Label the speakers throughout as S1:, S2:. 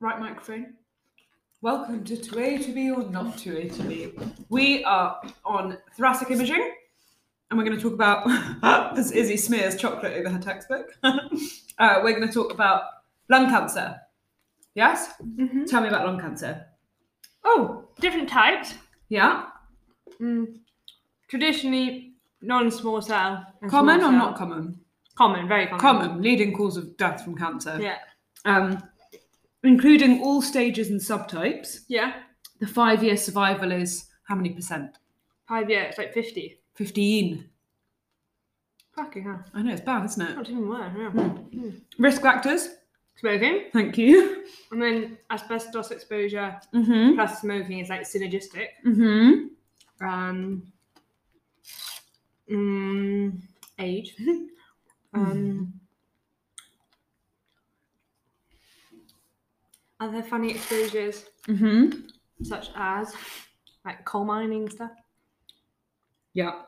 S1: Right microphone.
S2: Welcome to To A to B or Not To A to B. We are on thoracic imaging and we're going to talk about, as Izzy smears chocolate over her textbook, uh, we're going to talk about lung cancer. Yes?
S1: Mm-hmm.
S2: Tell me about lung cancer.
S1: Oh, different types.
S2: Yeah?
S1: Mm. Traditionally, non-small cell. and
S2: Common
S1: small
S2: or
S1: cell.
S2: not common?
S1: Common, very common.
S2: Common, leading cause of death from cancer.
S1: Yeah.
S2: Um, including all stages and subtypes.
S1: Yeah.
S2: The five year survival is how many percent?
S1: Five years, like 50.
S2: 15.
S1: Fucking hell.
S2: I know, it's bad, isn't it?
S1: Not even worse, yeah.
S2: Risk factors.
S1: Smoking.
S2: Thank you.
S1: And then asbestos exposure
S2: Mm
S1: plus smoking is like synergistic.
S2: hmm. Mm
S1: Um, mm, age. um, other funny exposures
S2: hmm. Mm hmm.
S1: such as like coal mining stuff
S2: Yeah.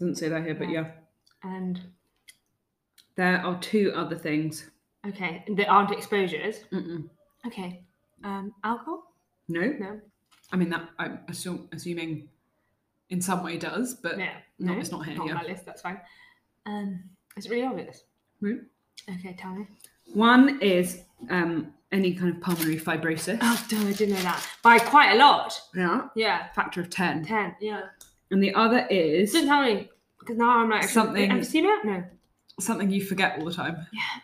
S2: Doesn't say that here, but yeah.
S1: and
S2: There are two other things.
S1: okay there aren't exposures
S2: Mm-mm.
S1: okay um alcohol
S2: No.
S1: no
S2: I mean, that I'm assume, assuming in some way does, but
S1: no
S2: no,
S1: no
S2: it's not here.
S1: not on
S2: yeah.
S1: my list that's fine um it's really obvious
S2: No.
S1: okay tell me
S2: One is um, any kind of pulmonary fibrosis.
S1: oh damn i didn't know that by quite a lot
S2: Yeah.
S1: yeah
S2: Factor of 10.
S1: 10 yeah
S2: And the other is
S1: Didn't tell me because now I'm like
S2: Something-
S1: Have you seen it? No.
S2: something you forget all the time.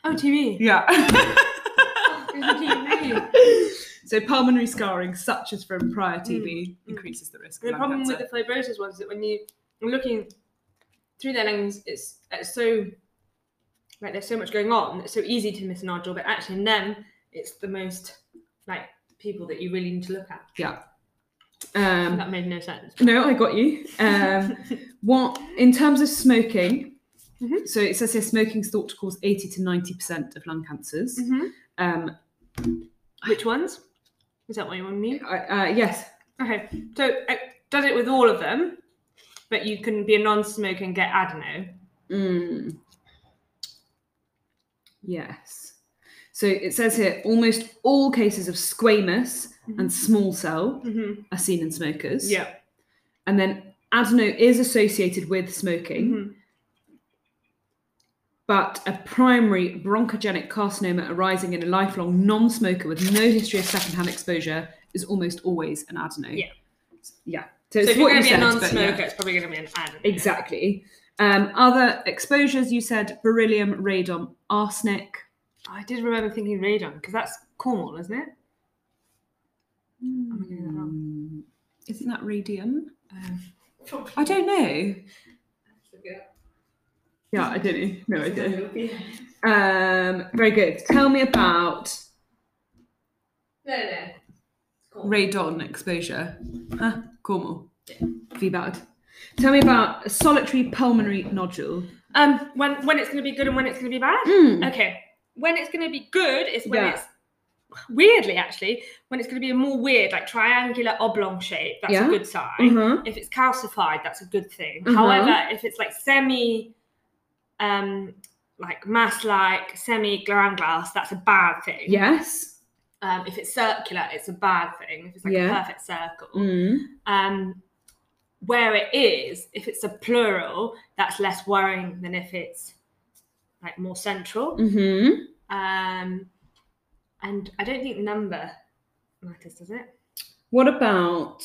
S1: Oh, TV.
S2: Yeah. so pulmonary scarring, such as from prior TB, increases the risk.
S1: Mm. the
S2: Of lung
S1: problem
S2: cancer.
S1: with the fibrosis ones is that when you are looking through their lungs, it's, it's so like there's so much going on. It's so easy to miss a nodule, but actually in them, it's the most like people that you really need to look at.
S2: um,
S1: that made no sense.
S2: no, I got you. Um, what in terms of smoking?
S1: Mhm.
S2: So it says here smoking is thought to cause eighty to ninety percent of lung cancers.
S1: Mhm.
S2: Um,
S1: Which ones? Is that what you want me?
S2: I, uh, yes,
S1: Okay, so it does it with all of them, but you can be a non-smoker and get adeno.
S2: Mm. Yes. So it says here almost all cases of squamous and small cell
S1: Mm-hmm.
S2: are seen in smokers.
S1: Yeah.
S2: And then adeno is associated with smoking,
S1: Mhm.
S2: but a primary bronchogenic carcinoma arising in a lifelong non smoker with no history of secondhand exposure is almost always an adeno.
S1: Yeah.
S2: Yeah. So,
S1: So
S2: it's
S1: if you're
S2: what
S1: going
S2: you
S1: to be a
S2: said, but
S1: non-smoker,
S2: yeah.
S1: it's probably going to be an adult.
S2: Exactly. Um, other exposures, you said beryllium, radon, arsenic.
S1: I did remember thinking radon because that's Cornwall, isn't it? Hmm. I'm gonna get that
S2: Mm, Isn't that radium?
S1: Um,
S2: I don't know. Yeah, I don't know. No idea. Um, very good. Tell me about
S1: No, no.
S2: radon exposure. Huh? Cornwall. V bad. Tell me about a solitary pulmonary nodule.
S1: Um, when when it's going to be good and when it's going to be bad.
S2: Mm.
S1: Okay, when it's going to be good is when
S2: Yeah.
S1: it's weirdly actually when it's going to be a more weird like triangular oblong shape. That's
S2: Yeah.
S1: a good sign.
S2: Uh-huh.
S1: If it's calcified, that's a good thing.
S2: Mhm.
S1: However, if it's like semi, um, like mass like semi glandulous, that's a bad thing.
S2: Yes.
S1: Um, if it's circular, it's a bad thing. If it's like
S2: Yeah.
S1: a perfect circle.
S2: Mm.
S1: Um, where it is, if it's a plural, that's less worrying than if it's like more central.
S2: hmm
S1: Um, and I don't think number matters, does it?
S2: What about?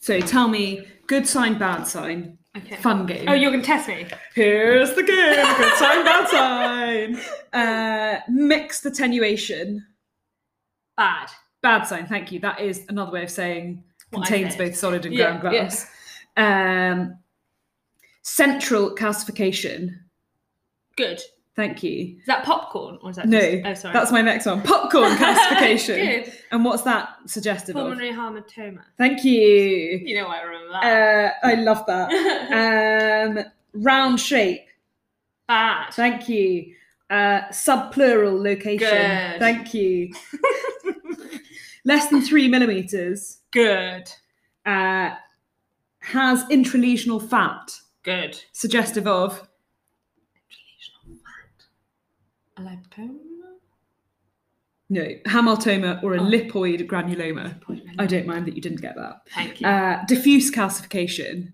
S2: So tell me, good sign, bad sign.
S1: Okay.
S2: Fun game.
S1: Oh, you're gonna test me.
S2: Here's the game. Good sign, bad sign. Uh, mixed attenuation.
S1: Bad.
S2: Bad sign. Thank you. That is another way of saying
S1: What I
S2: contains
S1: said.
S2: both solid and
S1: Yeah,
S2: ground glass. Um, central calcification.
S1: Good. Is
S2: Thank you.
S1: that popcorn or is that
S2: No,
S1: Just... Oh, sorry.
S2: That's my next one. Popcorn calcification.
S1: Good.
S2: and what's that suggestive of?
S1: Pulmonary hamartoma.
S2: Thank you.
S1: You know I remember that.
S2: Uh, I love that. um, round shape.
S1: Bad.
S2: Thank you. Uh, subplural location.
S1: Good.
S2: Thank you. Less than three millimeters.
S1: Good.
S2: Uh, has intralesional fat,
S1: Good.
S2: suggestive of.
S1: A lipoma?
S2: No, hamartoma or a
S1: Oh.
S2: lipoid granuloma. I don't mind that you didn't get that.
S1: Thank you.
S2: Uh, diffuse calcification.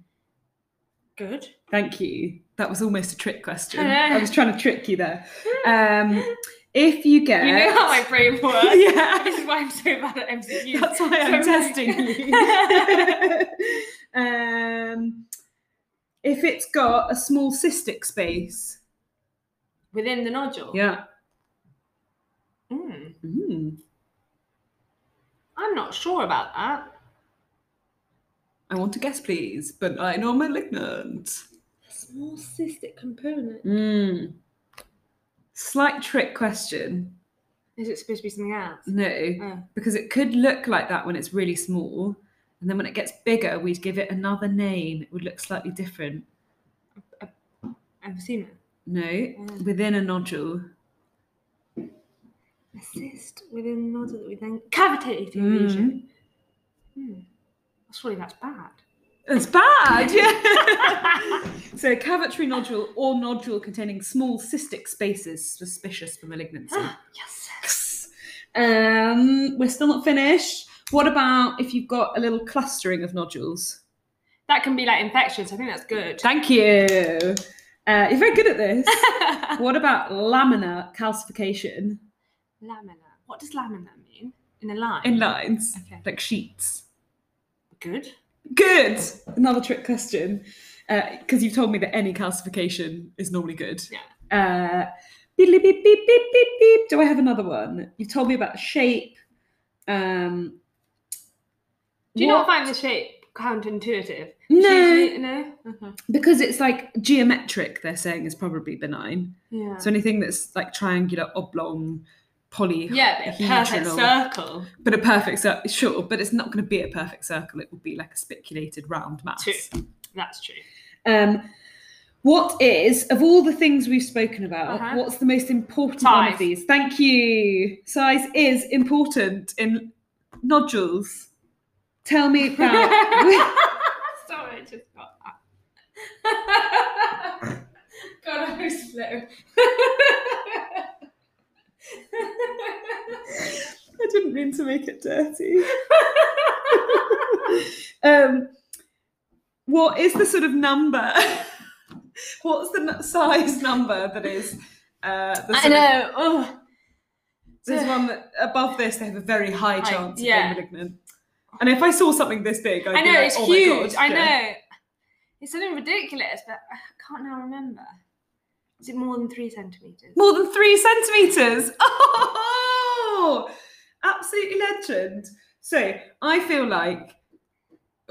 S1: Good.
S2: Thank you. That was almost a trick question.
S1: I know.
S2: I was trying to trick you there. Um, if you get,
S1: You know how my brain works. This
S2: yeah,
S1: is why I'm so bad at MCQs.
S2: that's why I'm
S1: So-
S2: testing you. um, if it's got a small cystic space,
S1: Within the nodule.
S2: yeah.
S1: Mm,
S2: Mm.
S1: I'm not sure about that.
S2: I want to guess, please, but I know malignant.
S1: Small cystic component. Hmm.
S2: Mm. Slight trick question.
S1: Is it supposed to be something else?
S2: No,
S1: Oh.
S2: because it could look like that when it's really small. And then when it gets bigger, we'd give it another name. It would look slightly different.
S1: I've seen it.
S2: No, within a nodule.
S1: A cyst within the nodule that we then cavitated lesion.
S2: Mm.
S1: Hmm. Well, surely that's bad.
S2: It's bad, yeah. so, a cavitary nodule or nodule containing small cystic spaces suspicious for malignancy.
S1: Ah, yes.
S2: um, we're still not finished. What about if you've got a little clustering of nodules?
S1: That can be like infectious. I think that's good.
S2: Thank you. Uh, you're very good at this. what about laminar calcification
S1: lamina. What does lamina mean? In a line.
S2: in lines,
S1: Okay.
S2: like sheets?
S1: Good.
S2: Good. Another trick question, because you've told me that any calcification is normally good.
S1: Yeah.
S2: Uh, beep, beep, beep, beep, beep, beep, beep. Do I have another one? You've told me about shape. Um,
S1: Do you
S2: what-
S1: not find the shape counterintuitive?
S2: No,
S1: Usually- No. Okay.
S2: because it's like geometric. They're saying is probably benign.
S1: Yeah.
S2: So anything that's like triangular, oblong, poly.
S1: yeah, but a perfect
S2: Heliagonal.
S1: circle.
S2: But a perfect circle, sure, but it's not going to be a perfect circle. It will be like a spiculated round mass.
S1: True. That's true.
S2: Um, what is, of all the things we've spoken about,
S1: Uh-huh.
S2: what's the most important one
S1: Size.
S2: of these? Thank you. Size is important in nodules. Tell me about.
S1: Sorry, I just got that. God, I was slow.
S2: I didn't mean to make it dirty. um, what is the sort of number? What's the nu- size number that is? Uh, the sort
S1: I
S2: of-
S1: know. Oh.
S2: There's one that above this, they have a very high
S1: High,
S2: chance
S1: yeah.
S2: of being malignant. And if I saw something this big, I'd
S1: I
S2: be
S1: know,
S2: like,
S1: it's
S2: "Oh my
S1: huge.
S2: God,
S1: I
S2: yeah."
S1: know. It's something ridiculous, but I can't now remember. Is it more than three centimetres?
S2: More than three centimeters. Oh, absolutely legend. So I feel like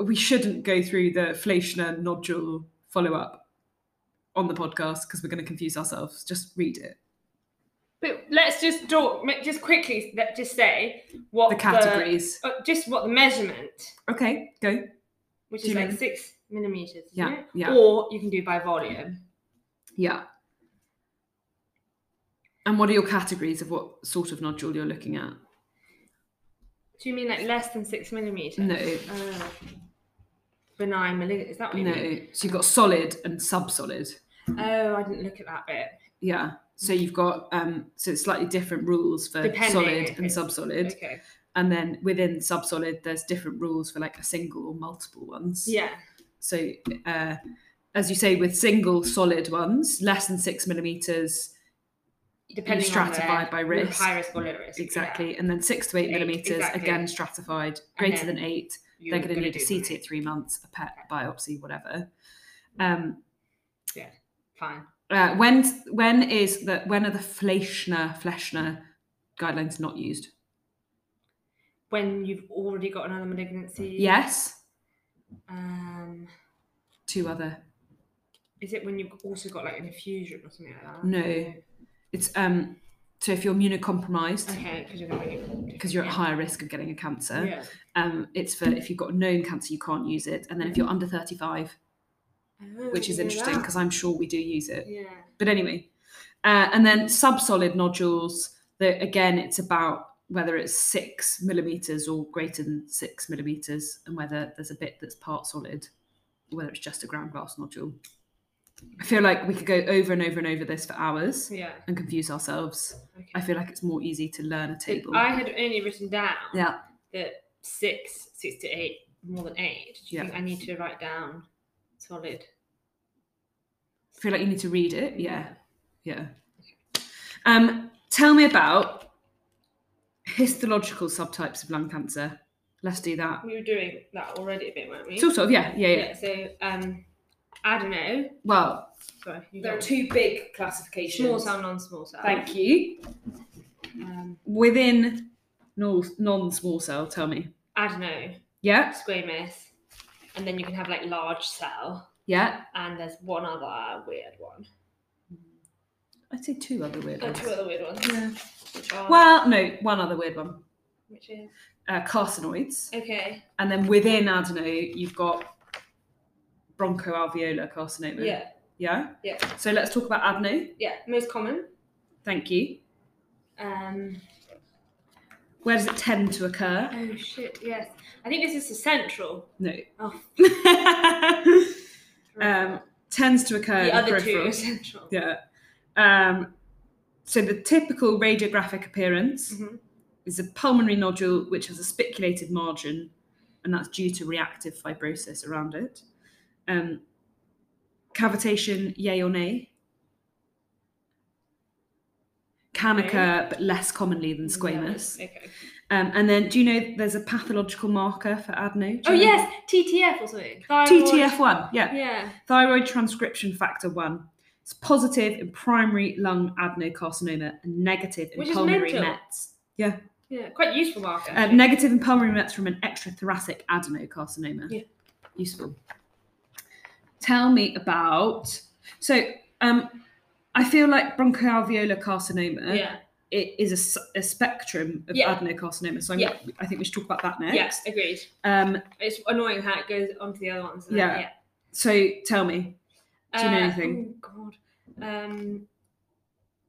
S2: we shouldn't go through the Fleischner nodule follow up on the podcast because we're going to confuse ourselves. Just read it.
S1: But let's just talk, just quickly let- just say what
S2: The categories.
S1: uh, just what the measurement,
S2: Okay, go.
S1: which
S2: Do
S1: is
S2: you
S1: like
S2: know?
S1: six millimetres. isn't
S2: Yeah,
S1: it?
S2: yeah.
S1: Or you can do by volume.
S2: Yeah. And what are your categories of what sort of nodule you're looking at?
S1: Do you mean like less than six millimetres?
S2: No,
S1: Oh. benign malignant. Is that what you
S2: No,
S1: mean?
S2: so you've got solid and subsolid.
S1: Oh, I didn't look at that bit.
S2: Yeah. So you've got um so it's slightly different rules for
S1: Depending
S2: Uh, solid
S1: if
S2: and
S1: it's-
S2: subsolid.
S1: Okay.
S2: And then within subsolid there's different rules for like a single or multiple ones.
S1: Yeah.
S2: So uh as you say with single solid ones, less than six millimeters
S1: Depending
S2: stratify
S1: on
S2: by
S1: the
S2: risk.
S1: High risk or low risk.
S2: exactly, and then six to eight,
S1: Eight,
S2: millimeters
S1: exactly.
S2: again stratified, greater
S1: then
S2: than eight,
S1: Yeah.
S2: they're going to
S1: You're
S2: need a
S1: do
S2: CT
S1: them.
S2: at three months, a PET, biopsy, whatever. Um,
S1: Fine.
S2: Uh, when when is the when are the Fleischner Fleischner guidelines not used?
S1: When you've already got another malignancy.
S2: Yes,
S1: Um,
S2: two other.
S1: is it when you've also got like an effusion or something like that?
S2: No. It's um so if you're immunocompromised
S1: Okay, because you're going to
S2: because you're at
S1: yeah.
S2: higher risk of getting a cancer,
S1: Yeah.
S2: um it's for if you've got known cancer you can't use it, and then if you're under thirty five,
S1: Oh,
S2: which is
S1: yeah,
S2: interesting
S1: that.
S2: because I'm sure we do use it.
S1: Yeah.
S2: But anyway, uh, and then subsolid nodules. That again, it's about whether it's six millimeters or greater than six millimeters, and whether there's a bit that's part solid, or whether it's just a ground glass nodule. I feel like we could go over and over and over this for hours
S1: Yeah.
S2: and confuse ourselves.
S1: Okay.
S2: I feel like it's more easy to learn a
S1: If
S2: table.
S1: I had only written down
S2: yeah,
S1: that six, six to eight, more than eight. Do you
S2: Yeah.
S1: think I need to write down solid?
S2: I feel like you need to read it. Yeah, yeah. Um, tell me about histological subtypes of lung cancer. Let's do that.
S1: We were doing that already a bit, weren't we?
S2: Sort of. Yeah, yeah, yeah.
S1: yeah. So um, adeno.
S2: Well,
S1: Sorry, you
S3: There are
S1: go.
S3: two big classifications.
S1: small cell, non-small cell.
S3: Thank you.
S1: Um,
S2: within nor- non-small cell. Tell me.
S1: adeno,
S2: Yeah,
S1: squamous, and then you can have like large cell,
S2: yeah.
S1: and there's one other weird one.
S2: I'd say two other weird
S1: There are
S2: ones.
S1: Oh, two other weird ones.
S2: Yeah.
S1: Which are,
S2: Well, no, one other weird one.
S1: which is
S2: Uh, carcinoids.
S1: okay.
S2: And then within adeno, you've got bronchoalveolar carcinoma.
S1: Yeah,
S2: Yeah?
S1: Yeah.
S2: So let's talk about adeno.
S1: yeah. Most common.
S2: Thank you.
S1: Um,
S2: Where does it tend to occur?
S1: oh shit. Yes, I think this is the central.
S2: No.
S1: Oh.
S2: um, tends to occur in
S1: the other two
S2: peripheral.
S1: are central.
S2: Yeah. Um, so the typical radiographic appearance
S1: Mhm.
S2: is a pulmonary nodule which has a spiculated margin, and that's due to reactive fibrosis around it. Um, cavitation, yay or nay? Can
S1: Okay.
S2: occur, but less commonly than squamous.
S1: Mm, Yeah, Okay.
S2: Um, and then, do you know there's a pathological marker for adeno? Do
S1: Oh
S2: you know?
S1: yes, TTF or something. Thyroid.
S2: TTF1, yeah.
S1: Yeah.
S2: Thyroid transcription factor 1. It's positive in primary lung adenocarcinoma and negative in
S1: Which is
S2: pulmonary
S1: mental.
S2: mets.
S1: Yeah. Quite useful marker.
S2: Uh, negative in pulmonary mets from an extrathoracic adenocarcinoma.
S1: Yeah.
S2: Useful. Tell me about. So, um, I feel like bronchoalveolar carcinoma
S1: yeah.
S2: it is a s- a, spectrum of
S1: Yeah.
S2: adenocarcinoma. So I'm
S1: Yeah.
S2: gonna- I think we should talk about that next.
S1: Yes. Agreed.
S2: Um,
S1: It's annoying how it goes onto the other ones. isn't it?
S2: Yeah. so tell me. Do you know anything?
S1: Oh God. Um,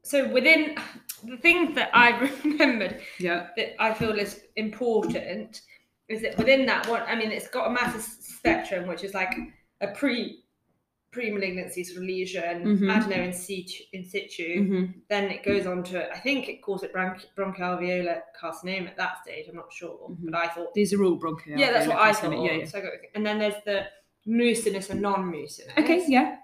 S1: so within the thing that I've remembered
S2: Yeah.
S1: that I feel is important is that within that one, I mean, it's got a massive s- spectrum, which is like a pre pre malignancy sort of lesion,
S2: Mhm.
S1: adeno in situ, in situ.
S2: Mhm.
S1: Then it goes on to, I think it calls it bronch- bronchoalveolar carcinoma at that stage. I'm not sure,
S2: Mhm.
S1: but I thought
S2: These are all bronchoalveolar.
S1: yeah, that's what I thought.
S2: carcinoma. Yeah, yeah.
S1: So I got, and then there's the mucinous and non-mucinous.
S2: Okay. Yeah.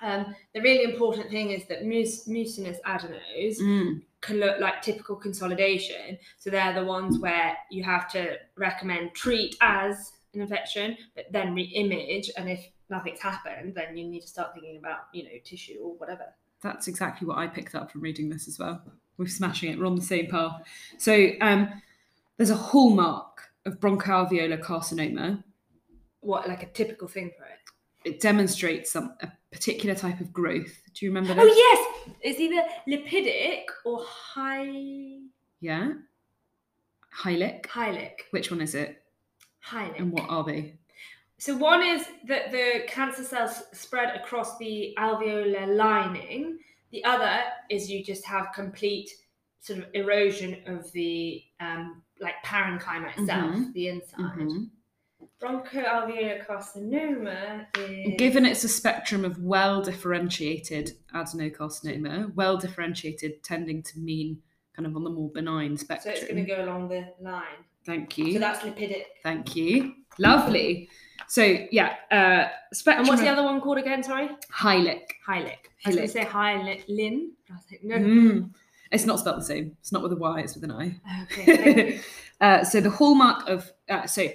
S1: Um, the really important thing is that mus- mucinous adenos
S2: Mm.
S1: can look like typical consolidation. So they're the ones where you have to recommend treat as an infection, but then re-image. And if nothing's happened, then you need to start thinking about you know tissue or whatever.
S2: That's exactly what I picked up from reading this as well. We're smashing it. We're on the same path. So um, there's a hallmark of bronchoalveolar carcinoma.
S1: What like a typical thing for it?
S2: It demonstrates some a particular type of growth. Do you remember
S1: Oh
S2: that?
S1: yes, it's either lipidic or hy-
S2: yeah. Hylic.
S1: hylic.
S2: Which one is it?
S1: Hylic.
S2: And what are they?
S1: So one is that the cancer cells spread across the alveolar lining. The other is you just have complete sort of erosion of the um, like parenchyma itself,
S2: Mhm.
S1: the inside.
S2: Mhm.
S1: Bronchoalveolar carcinoma is
S2: Given it's a spectrum of well differentiated adenocarcinoma, well differentiated tending to mean kind of on the more benign
S1: so
S2: spectrum.
S1: it's going to go along the line.
S2: Thank you.
S1: So that's lipidic.
S2: Thank you. Lovely. So yeah, uh, spectrum.
S1: And what's the other one called again? Sorry,
S2: Hylic.
S1: hylic. I was going
S2: Hylic.
S1: to say hylin. I was like, no.
S2: Mm. It's not spelled the same. It's not with a Y. It's with an I.
S1: Okay. thank you.
S2: uh, so the hallmark of uh, so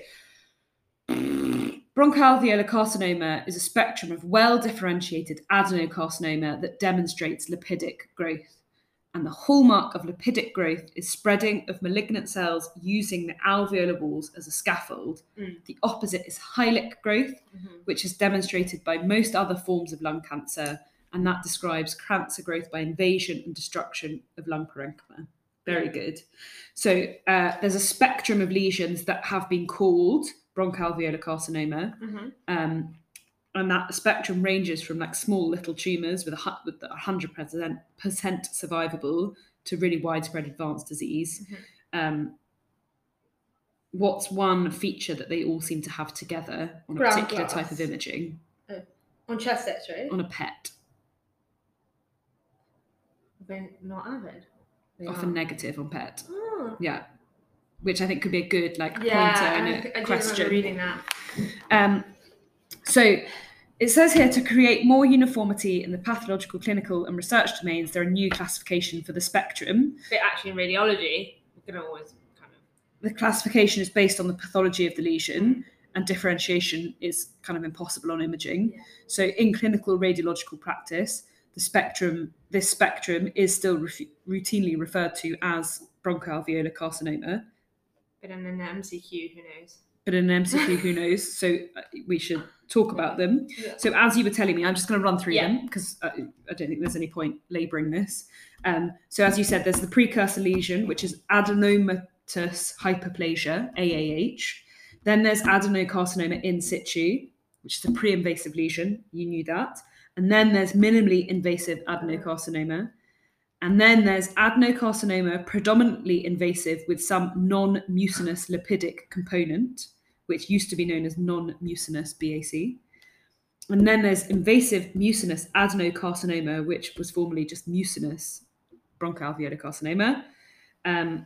S2: bronchoalveolar carcinoma is a spectrum of well-differentiated adenocarcinoma that demonstrates lipidic growth. And the hallmark of lipidic growth is spreading of malignant cells using the alveolar walls as a scaffold.
S1: Mm.
S2: The opposite is hylic growth,
S1: Mhm.
S2: which is demonstrated by most other forms of lung cancer, and that describes cancer growth by invasion and destruction of lung parenchyma. Very good. So uh, there's a spectrum of lesions that have been called bronchoalveolar carcinoma,
S1: Mhm.
S2: um, and that spectrum ranges from like small little tumors with a hu- with a hundred percent percent survivable to really widespread advanced disease.
S1: Mhm.
S2: Um, what's one feature that they all seem to have together on a
S1: Ground
S2: particular
S1: glass.
S2: type of imaging?
S1: on chest X-ray.
S2: on a pet,
S1: They're not avid. They
S2: often
S1: are.
S2: negative on pet.
S1: Oh.
S2: Yeah, which I think could be a good like pointer
S1: Yeah,
S2: and
S1: I,
S2: a
S1: th- I do remember
S2: question.
S1: reading that.
S2: Um, so it says here to create more uniformity in the pathological, clinical, and research domains, there are new classification for the spectrum.
S1: But actually, in radiology, we're gonna always kind of
S2: The classification is based on the pathology of the lesion, and differentiation is kind of impossible on imaging.
S1: Yeah.
S2: So in clinical radiological practice, the spectrum, this spectrum is still ref- routinely referred to as bronchoalveolar carcinoma.
S1: but in an MCQ, who knows?
S2: but in an MCQ, who knows? So uh, we should talk about them.
S1: Yeah.
S2: So as you were telling me, I'm just going to run through
S1: Yeah.
S2: them because I, I don't think there's any point labouring this. Um, so as you said, there's the precursor lesion, which is adenomatous hyperplasia AAH. Then there's adenocarcinoma in situ, which is a pre-invasive lesion. You knew that. And then there's minimally invasive adenocarcinoma. And then there's adenocarcinoma, predominantly invasive with some non mucinous lipidic component, which used to be known as non mucinous BAC. And then there's invasive mucinous adenocarcinoma, which was formerly just mucinous bronchoalveolar carcinoma. Um,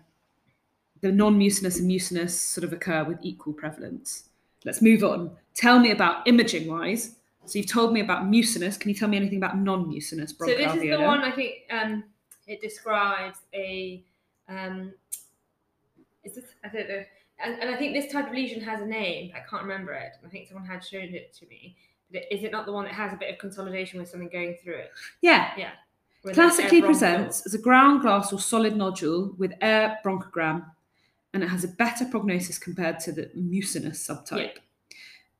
S2: the non mucinous and mucinous sort of occur with equal prevalence. Let's move on. Tell me about imaging wise. So you've told me about mucinous. Can you tell me anything about non mucinous
S1: So
S2: bronchoalveolar?
S1: this is the one I think um, it describes a. Um, is this I don't know, and, and I think this type of lesion has a name. but I can't remember it. I think someone had shown it to me. But is it not the one that has a bit of consolidation with something going through it?
S2: Yeah.
S1: With like, a
S2: Classically
S1: bronchial-
S2: presents as a ground glass or solid nodule with air bronchogram, and it has a better prognosis compared to the mucinous subtype.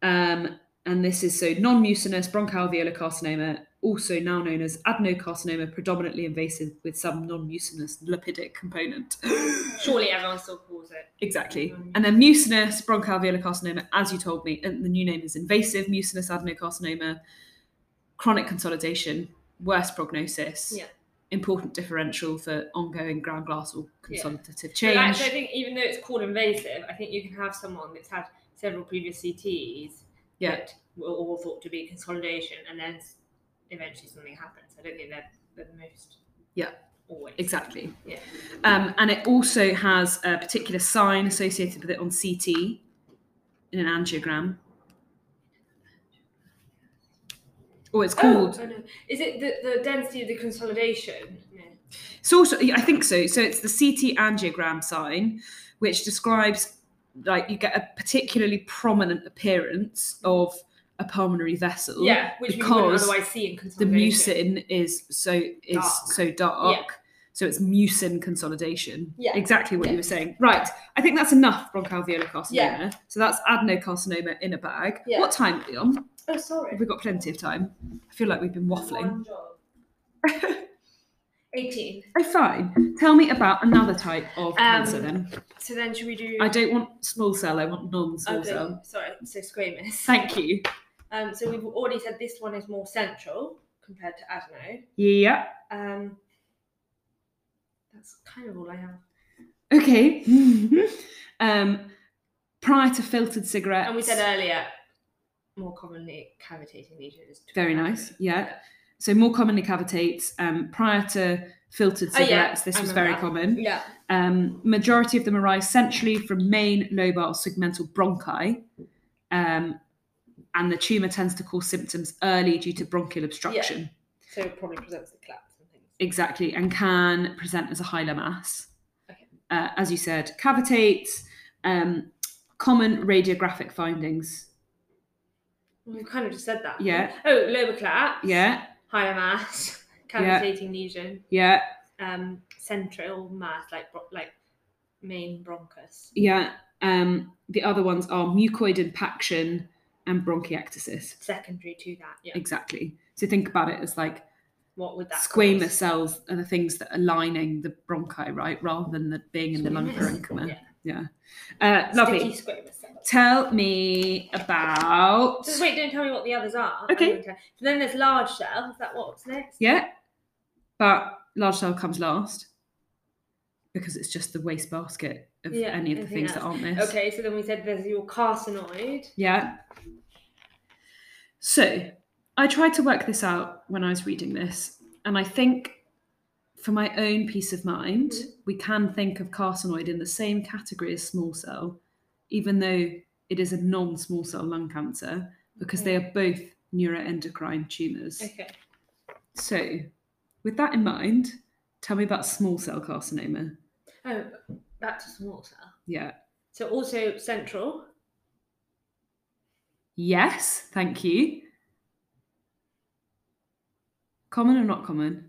S2: Um, and this is so non mucinous bronchoalveolar carcinoma, also now known as adenocarcinoma, predominantly invasive with some non mucinous lipidic component.
S1: Surely everyone still calls it.
S2: Exactly.
S1: Mm.
S2: And then mucinous bronchoalveolar carcinoma, as you told me, and the new name is invasive mucinous adenocarcinoma, chronic consolidation, worse prognosis,
S1: Yeah.
S2: important differential for ongoing ground glass or
S1: Yeah.
S2: consolidative
S1: But
S2: change.
S1: actually, I think even though it's called invasive, I think you can have someone that's had several previous CTs
S2: Yeah.
S1: that were all thought to be consolidation, and then s- eventually something happens. I don't think they're, they're the most.
S2: Yeah.
S1: Always.
S2: exactly.
S1: Yeah.
S2: Um, and it also has a particular sign associated with it on CT in an angiogram. Or it's
S1: Oh,
S2: called
S1: I know. Is it the, the density of the consolidation? No.
S2: So also, I think so. So it's the CT angiogram sign, which describes like you get a particularly prominent appearance of a pulmonary vessel.
S1: Yeah, which we wouldn't
S2: because
S1: otherwise see in
S2: The
S1: consolidation.
S2: mucin is so is
S4: Dark.
S2: so dark. So it's mucin consolidation.
S1: Yeah.
S2: Exactly what you
S1: Yeah.
S2: were saying. Right. I think that's enough bronchoalveolar carcinoma.
S1: Yeah.
S2: So that's adenocarcinoma in a bag.
S1: Yeah.
S2: What time are we on?
S1: Oh, sorry.
S2: We've got plenty of time. I feel like we've been
S5: One
S2: waffling.
S5: job.
S1: 18.
S2: Oh fine. Tell me about another type
S1: Um,
S2: of cancer then.
S1: So then, should we do.
S2: I don't want small cell. I want non-small
S1: Okay,
S2: cell.
S1: Sorry, so squamous.
S2: Thank you.
S1: Um, so we've already said this one is more central compared to adeno.
S2: Yeah.
S1: Um, that's kind of all I have.
S2: Okay. um, prior to filtered cigarettes.
S1: And we said uh, earlier, more commonly cavitating lesions. to
S2: Very
S1: adeno.
S2: nice. Yeah. so more commonly cavitates. Um, prior to filtered
S1: Oh, yeah.
S2: cigarettes, this
S1: I
S2: was very
S1: remember
S2: common.
S1: Yeah.
S2: Um, majority of them arise centrally from main lobar or segmental bronchi. Um, and the tumour tends to cause symptoms early due to bronchial obstruction.
S1: So it probably presents the claps and things.
S2: Exactly, and can present as a hilar mass.
S1: Okay.
S2: Uh, as you said, cavitates, um, common radiographic findings.
S1: We kind of just said that.
S2: Yeah.
S1: Oh, lower claps.
S2: Yeah,
S1: Higher mass.
S2: Yeah.
S1: Cavitating lesion.
S2: yeah,
S1: Um, central mass, like bro- like main bronchus.
S2: yeah. Um, the other ones are mucoid impaction and bronchiectasis.
S1: Secondary to that. Yeah.
S2: Exactly. So think about it as like
S1: What would that?
S2: squamous
S1: cause?
S2: cells are the things that are lining the bronchi, right, rather than the being in the lung
S1: Squamous,
S2: parenchyma. Yeah. Uh, lovely.
S1: Sticky squamous cells.
S2: Tell me about.
S1: Just wait, don't tell me what the others are.
S2: Okay.
S1: I'm gonna- So then there's large cell. Is that what's next?
S2: Yeah. But large cell comes last because it's just the waste basket of
S1: Yeah,
S2: any of the
S1: anything
S2: things that
S1: else.
S2: aren't this.
S1: Okay, so then we said there's your carcinoid.
S2: Yeah. So I tried to work this out when I was reading this, and I think for my own peace of mind,
S1: Mm-hmm.
S2: we can think of carcinoid in the same category as small cell, even though it is a non small cell lung cancer, because they are both neuroendocrine tumours.
S1: Okay.
S2: So, with that in mind, tell me about small cell carcinoma.
S1: Oh, back to small cell.
S2: Yeah.
S1: So also central.
S2: Yes, thank you. Common or not common?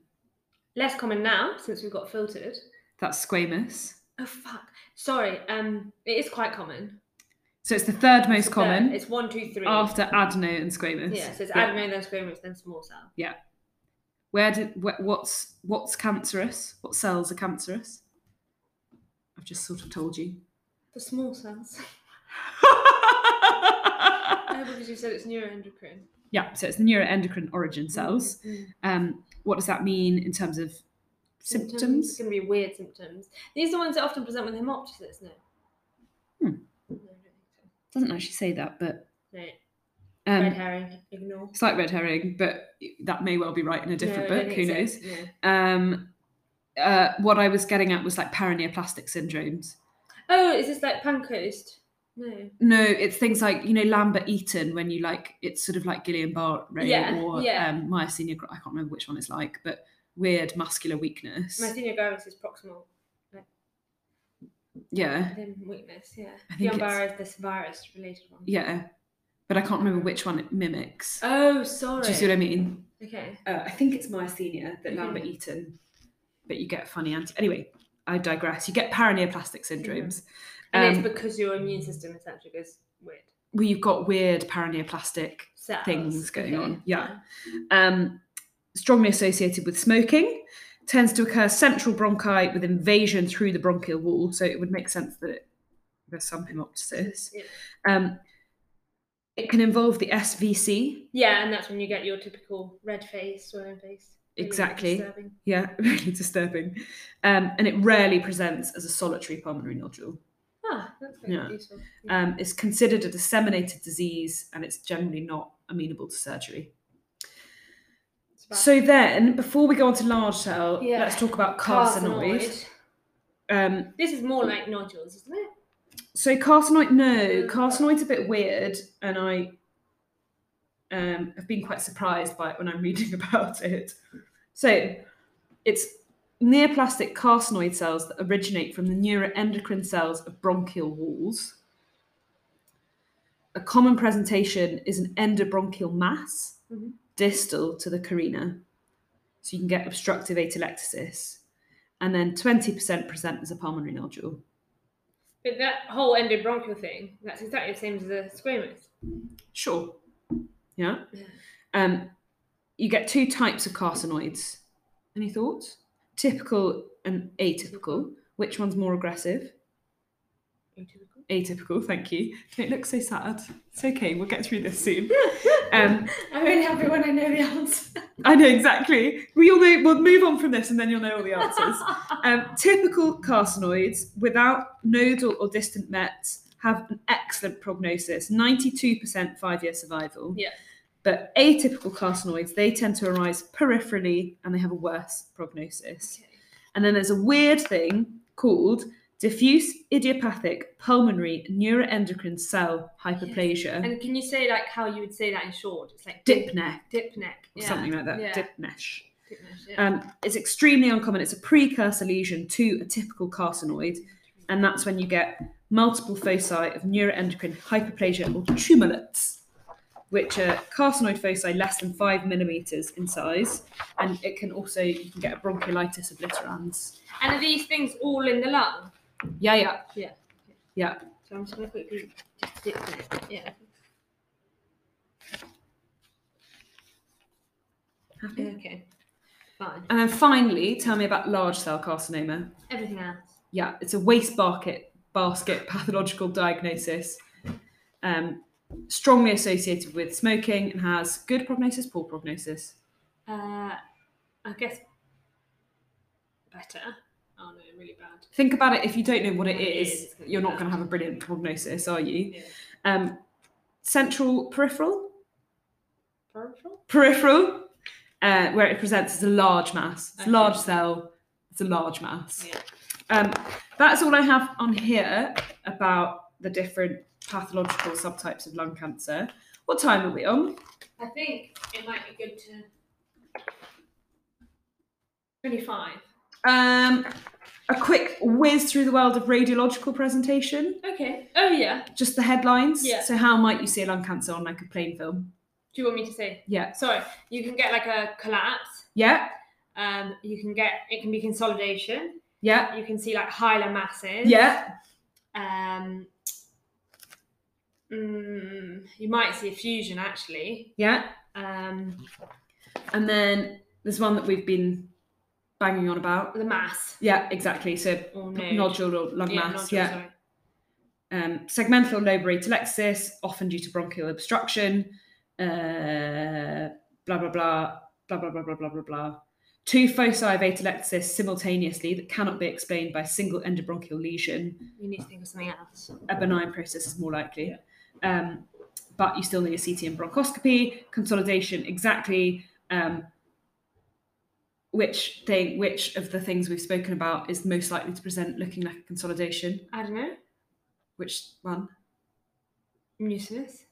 S1: Less common now since we've got filtered.
S2: That's squamous.
S1: Oh fuck. Sorry. Um, it is quite common.
S2: So it's the third most
S1: Third.
S2: common
S1: It's one, two, three.
S2: after adeno and squamous.
S1: Yeah. So it's
S2: Yeah.
S1: adeno, then squamous, then small cell.
S2: Where did wh- what's what's cancerous? What cells are cancerous? I've just sort of told you.
S1: The small cells. oh, because you said it's neuroendocrine.
S2: yeah, so it's the neuroendocrine origin cells.
S1: Mm, mm.
S2: Um, what does that mean in terms of symptoms?
S1: It's gonna be weird symptoms. These are the ones that often present with hemoptysis. No.
S2: Hmm.
S1: No, I don't think so.
S2: Doesn't actually say that, but
S1: No.
S2: um,
S1: Red herring. Ignore.
S2: it's like red herring, but that may well be right in a different
S1: No, I don't
S2: book. Who
S1: think so.
S2: knows?
S1: No.
S2: um uh what i was getting at was like paraneoplastic syndromes
S1: Oh, is this like Pancoast? No.
S2: no it's things like you know lambert eaton when you like it's sort of like guillain-barre
S1: Yeah,
S2: or
S1: yeah.
S2: um myasthenia gra- i can't remember which one it's like but weird muscular weakness
S1: Myasthenia gravis is proximal.
S2: yeah
S1: Then weakness, yeah.
S2: I think
S1: Guillain-Barré is this virus related one.
S2: yeah but i can't remember which one it mimics
S1: Oh, sorry.
S2: do you see what i mean
S1: Okay.
S2: uh, i think it's myasthenia that
S1: Mhm.
S2: lambert eaton but you get funny anti anyway i digress you get paraneoplastic syndromes
S1: Mm-hmm. And
S2: Um,
S1: it's because your immune system essentially goes weird.
S2: where you've got weird paraneoplastic
S1: Cells.
S2: Things going
S1: Okay,
S2: on, yeah. um, strongly associated with smoking, tends to occur central bronchi with invasion through the bronchial wall. So it would make sense that it, there's some hemoptysis.
S1: Yeah.
S2: Um, it can involve the SVC.
S1: Yeah, and that's when you get your typical red face, swollen face. really
S2: Exactly.
S1: disturbing.
S2: Yeah, really disturbing. Um, and it rarely presents as a solitary pulmonary nodule.
S1: Ah, that's very
S2: Yeah.
S1: useful.
S2: Um, it's considered a disseminated disease and it's generally not amenable to surgery.
S1: It's about
S2: So then, before we go on to large cell,
S1: Yeah.
S2: let's talk about carcinoid.
S1: carcinoid.
S2: Um,
S1: This is more like nodules, isn't it?
S2: So carcinoid, no,
S1: Mm.
S2: carcinoid's a bit weird, and I um, have been quite surprised by it when I'm reading about it. So it's neoplastic carcinoid cells that originate from the neuroendocrine cells of bronchial walls. A common presentation is an endobronchial mass
S1: Mhm.
S2: distal to the carina. So you can get obstructive atelectasis. And then 20% present as a pulmonary nodule.
S1: But that whole endobronchial thing, that's exactly the same as a squamous.
S2: Sure. Yeah.
S1: Yeah.
S2: Um, you get two types of carcinoids. Any thoughts? Typical and atypical. Which one's more aggressive?
S1: Atypical.
S2: Atypical, thank you. Don't look so sad. It's okay, we'll get through this soon. Um,
S5: I'm really happy when I know the answer.
S2: I know exactly. We all know, we'll move on from this and then you'll know all the answers. Um, typical carcinoids without nodal or distant mets have an excellent prognosis, 92% five year survival.
S1: Yeah.
S2: But atypical carcinoids, they tend to arise peripherally and they have a worse prognosis.
S1: Okay.
S2: And then there's a weird thing called diffuse idiopathic pulmonary neuroendocrine cell hyperplasia,
S1: And can you say like how you would say that in short? It's like
S2: dip dipnech
S1: dip neck
S2: or something like that,
S1: yeah.
S2: dipnesh.
S1: Dip neck, yeah.
S2: Um, it's extremely uncommon. It's a precursor lesion to a typical carcinoid, and that's when you get multiple foci of neuroendocrine hyperplasia or tumulates, which are carcinoid foci less than five millimeters in size, and it can also you can get a bronchiolitis obliterans.
S1: and are these things all in the lung?
S2: Yeah, yeah,
S1: So I'm just gonna quickly just dip neck. Yeah.
S2: happy.
S1: Okay. Fine.
S2: And then finally, tell me about large cell carcinoma.
S1: Everything else.
S2: yeah, it's a waste basket basket pathological diagnosis, um, strongly associated with smoking and has good prognosis, poor prognosis.
S1: Uh, I guess better. Oh no, really bad.
S2: Think about it. If you don't know what it
S1: What it is,
S2: is,
S1: it's gonna be
S2: you're not
S1: bad.
S2: going to have a brilliant prognosis, are you?
S1: Yeah.
S2: Um, central peripheral,
S1: Peripheral?
S2: peripheral, uh, where it presents as a large mass. It's
S1: Okay.
S2: a large cell. It's a large mass.
S1: Yeah.
S2: Um, that's all I have on here about the different pathological subtypes of lung cancer. What time are we on?
S5: I think it might be good to. 25.
S2: Um, a quick whiz through the world of radiological presentation.
S5: Okay. Oh, yeah.
S2: Just the headlines.
S5: Yeah.
S2: So how might you see a lung cancer on like a plain film?
S1: Do you want me to say?
S2: Yeah.
S1: Sorry. You can get like a collapse.
S2: Yeah.
S1: Um, you can get it can be consolidation.
S2: Yeah.
S1: You can see like hilar masses.
S2: Yeah.
S1: Um, mm, you might see a fusion actually.
S2: Yeah.
S1: Um,
S2: And then there's one that we've been banging on about.
S1: the mass
S2: Yeah, exactly. So
S1: or
S2: p-
S1: node.
S2: nodule or lung
S1: Yeah,
S2: mass.
S1: nodule,
S2: yeah.
S1: sorry.
S2: Um, segmental lobar telexis, often due to bronchial obstruction. Uh, blah blah blah blah blah blah blah blah blah blah. Two foci of atelectasis simultaneously that cannot be explained by a single endobronchial lesion.
S1: You need to think of something else.
S2: A benign process is more likely. Um, but you still need a CT and bronchoscopy. Consolidation, exactly. Um, which thing? Which of the things we've spoken about is most likely to present looking like a consolidation?
S1: I don't know.
S2: Which one?
S1: Mucinous.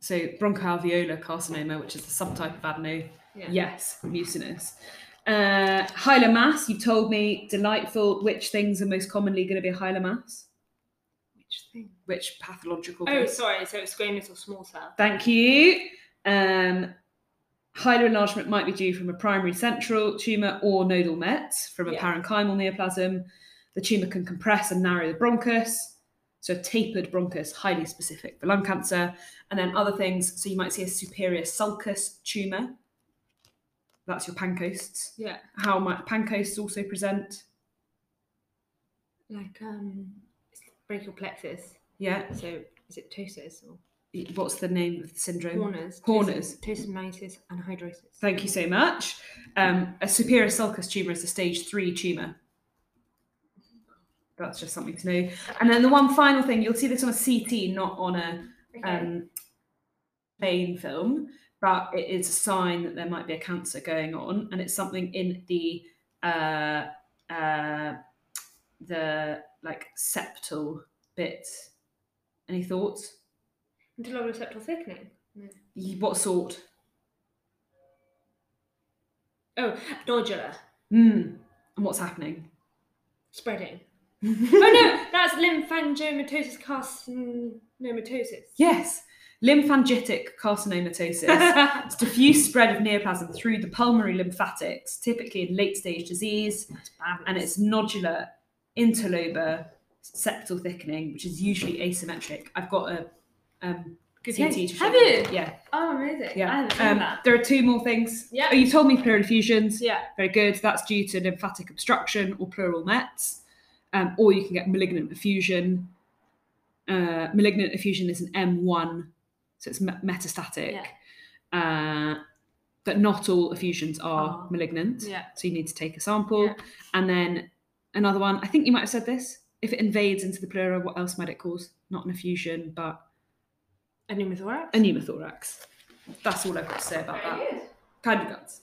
S2: So bronchoalveolar carcinoma, which is the subtype of adeno.
S1: Yeah.
S2: Yes, mucinous. Uh, hyalur mass, you told me, delightful. Which things are most commonly going to be a hyalur mass?
S1: Which thing?
S2: Which pathological?
S1: Oh,
S2: case?
S1: sorry. So it's squamous or small cell.
S2: Thank you. Um, hyalur enlargement might be due from a primary central tumour or nodal met from a
S1: Yeah.
S2: parenchymal neoplasm. The tumour can compress and narrow the bronchus. So a tapered bronchus, highly specific for lung cancer. And then other things, so you might see a superior sulcus tumour. That's your pancoasts.
S1: Yeah.
S2: How might pancoasts also present?
S1: Like um, it's brachial plexus.
S2: Yeah.
S1: So is it ptosis or
S2: What's the name of the syndrome?
S1: corners?
S2: Um, Corners.
S1: Ptosis, magnesis, and hydrosis.
S2: Thank you so much. Um, a superior sulcus tumour is a stage three tumour. That's just something to know. And then the one final thing, you'll see this on a CT, not on a um, plain film, but it is a sign that there might be a cancer going on, and it's something in the uh, uh, the like septal bit. Any thoughts?
S1: Interlobar septal thickening.
S2: Y- What sort?
S1: Oh, nodular
S2: Mm. And what's happening?
S1: spreading. oh no, that's lymphangiomatosis carcinomatosis.
S2: Yes, lymphangitic carcinomatosis.
S1: that's
S2: it's diffuse spread of neoplasm through the pulmonary lymphatics, typically in late stage disease,
S1: bad.
S2: and it's nodular, interlobar, septal thickening, which is usually asymmetric. I've got a um,
S1: Good
S2: CT
S1: case.
S2: to show
S1: Have you?
S2: Yeah,
S1: Oh, amazing. I
S2: yeah.
S1: haven't seen
S2: Um,
S1: that.
S2: there are two more things.
S1: Yeah.
S2: Oh, you told me pleural effusions.
S1: Yeah.
S2: Very good. That's due to lymphatic obstruction or pleural mets, um, or you can get malignant effusion. Uh, malignant effusion is an M1, so it's me- metastatic. Uh, but not all effusions are
S1: Are.
S2: malignant,
S1: Oh. Yeah.
S2: so you need to take a sample.
S1: Yeah.
S2: And then another one, I think you might have said this. If it invades into the pleura, what else might it cause? Not an effusion, but
S1: A pneumothorax.
S2: a pneumothorax. That's all I've got to say about that.
S5: Very good.
S2: Kind regards.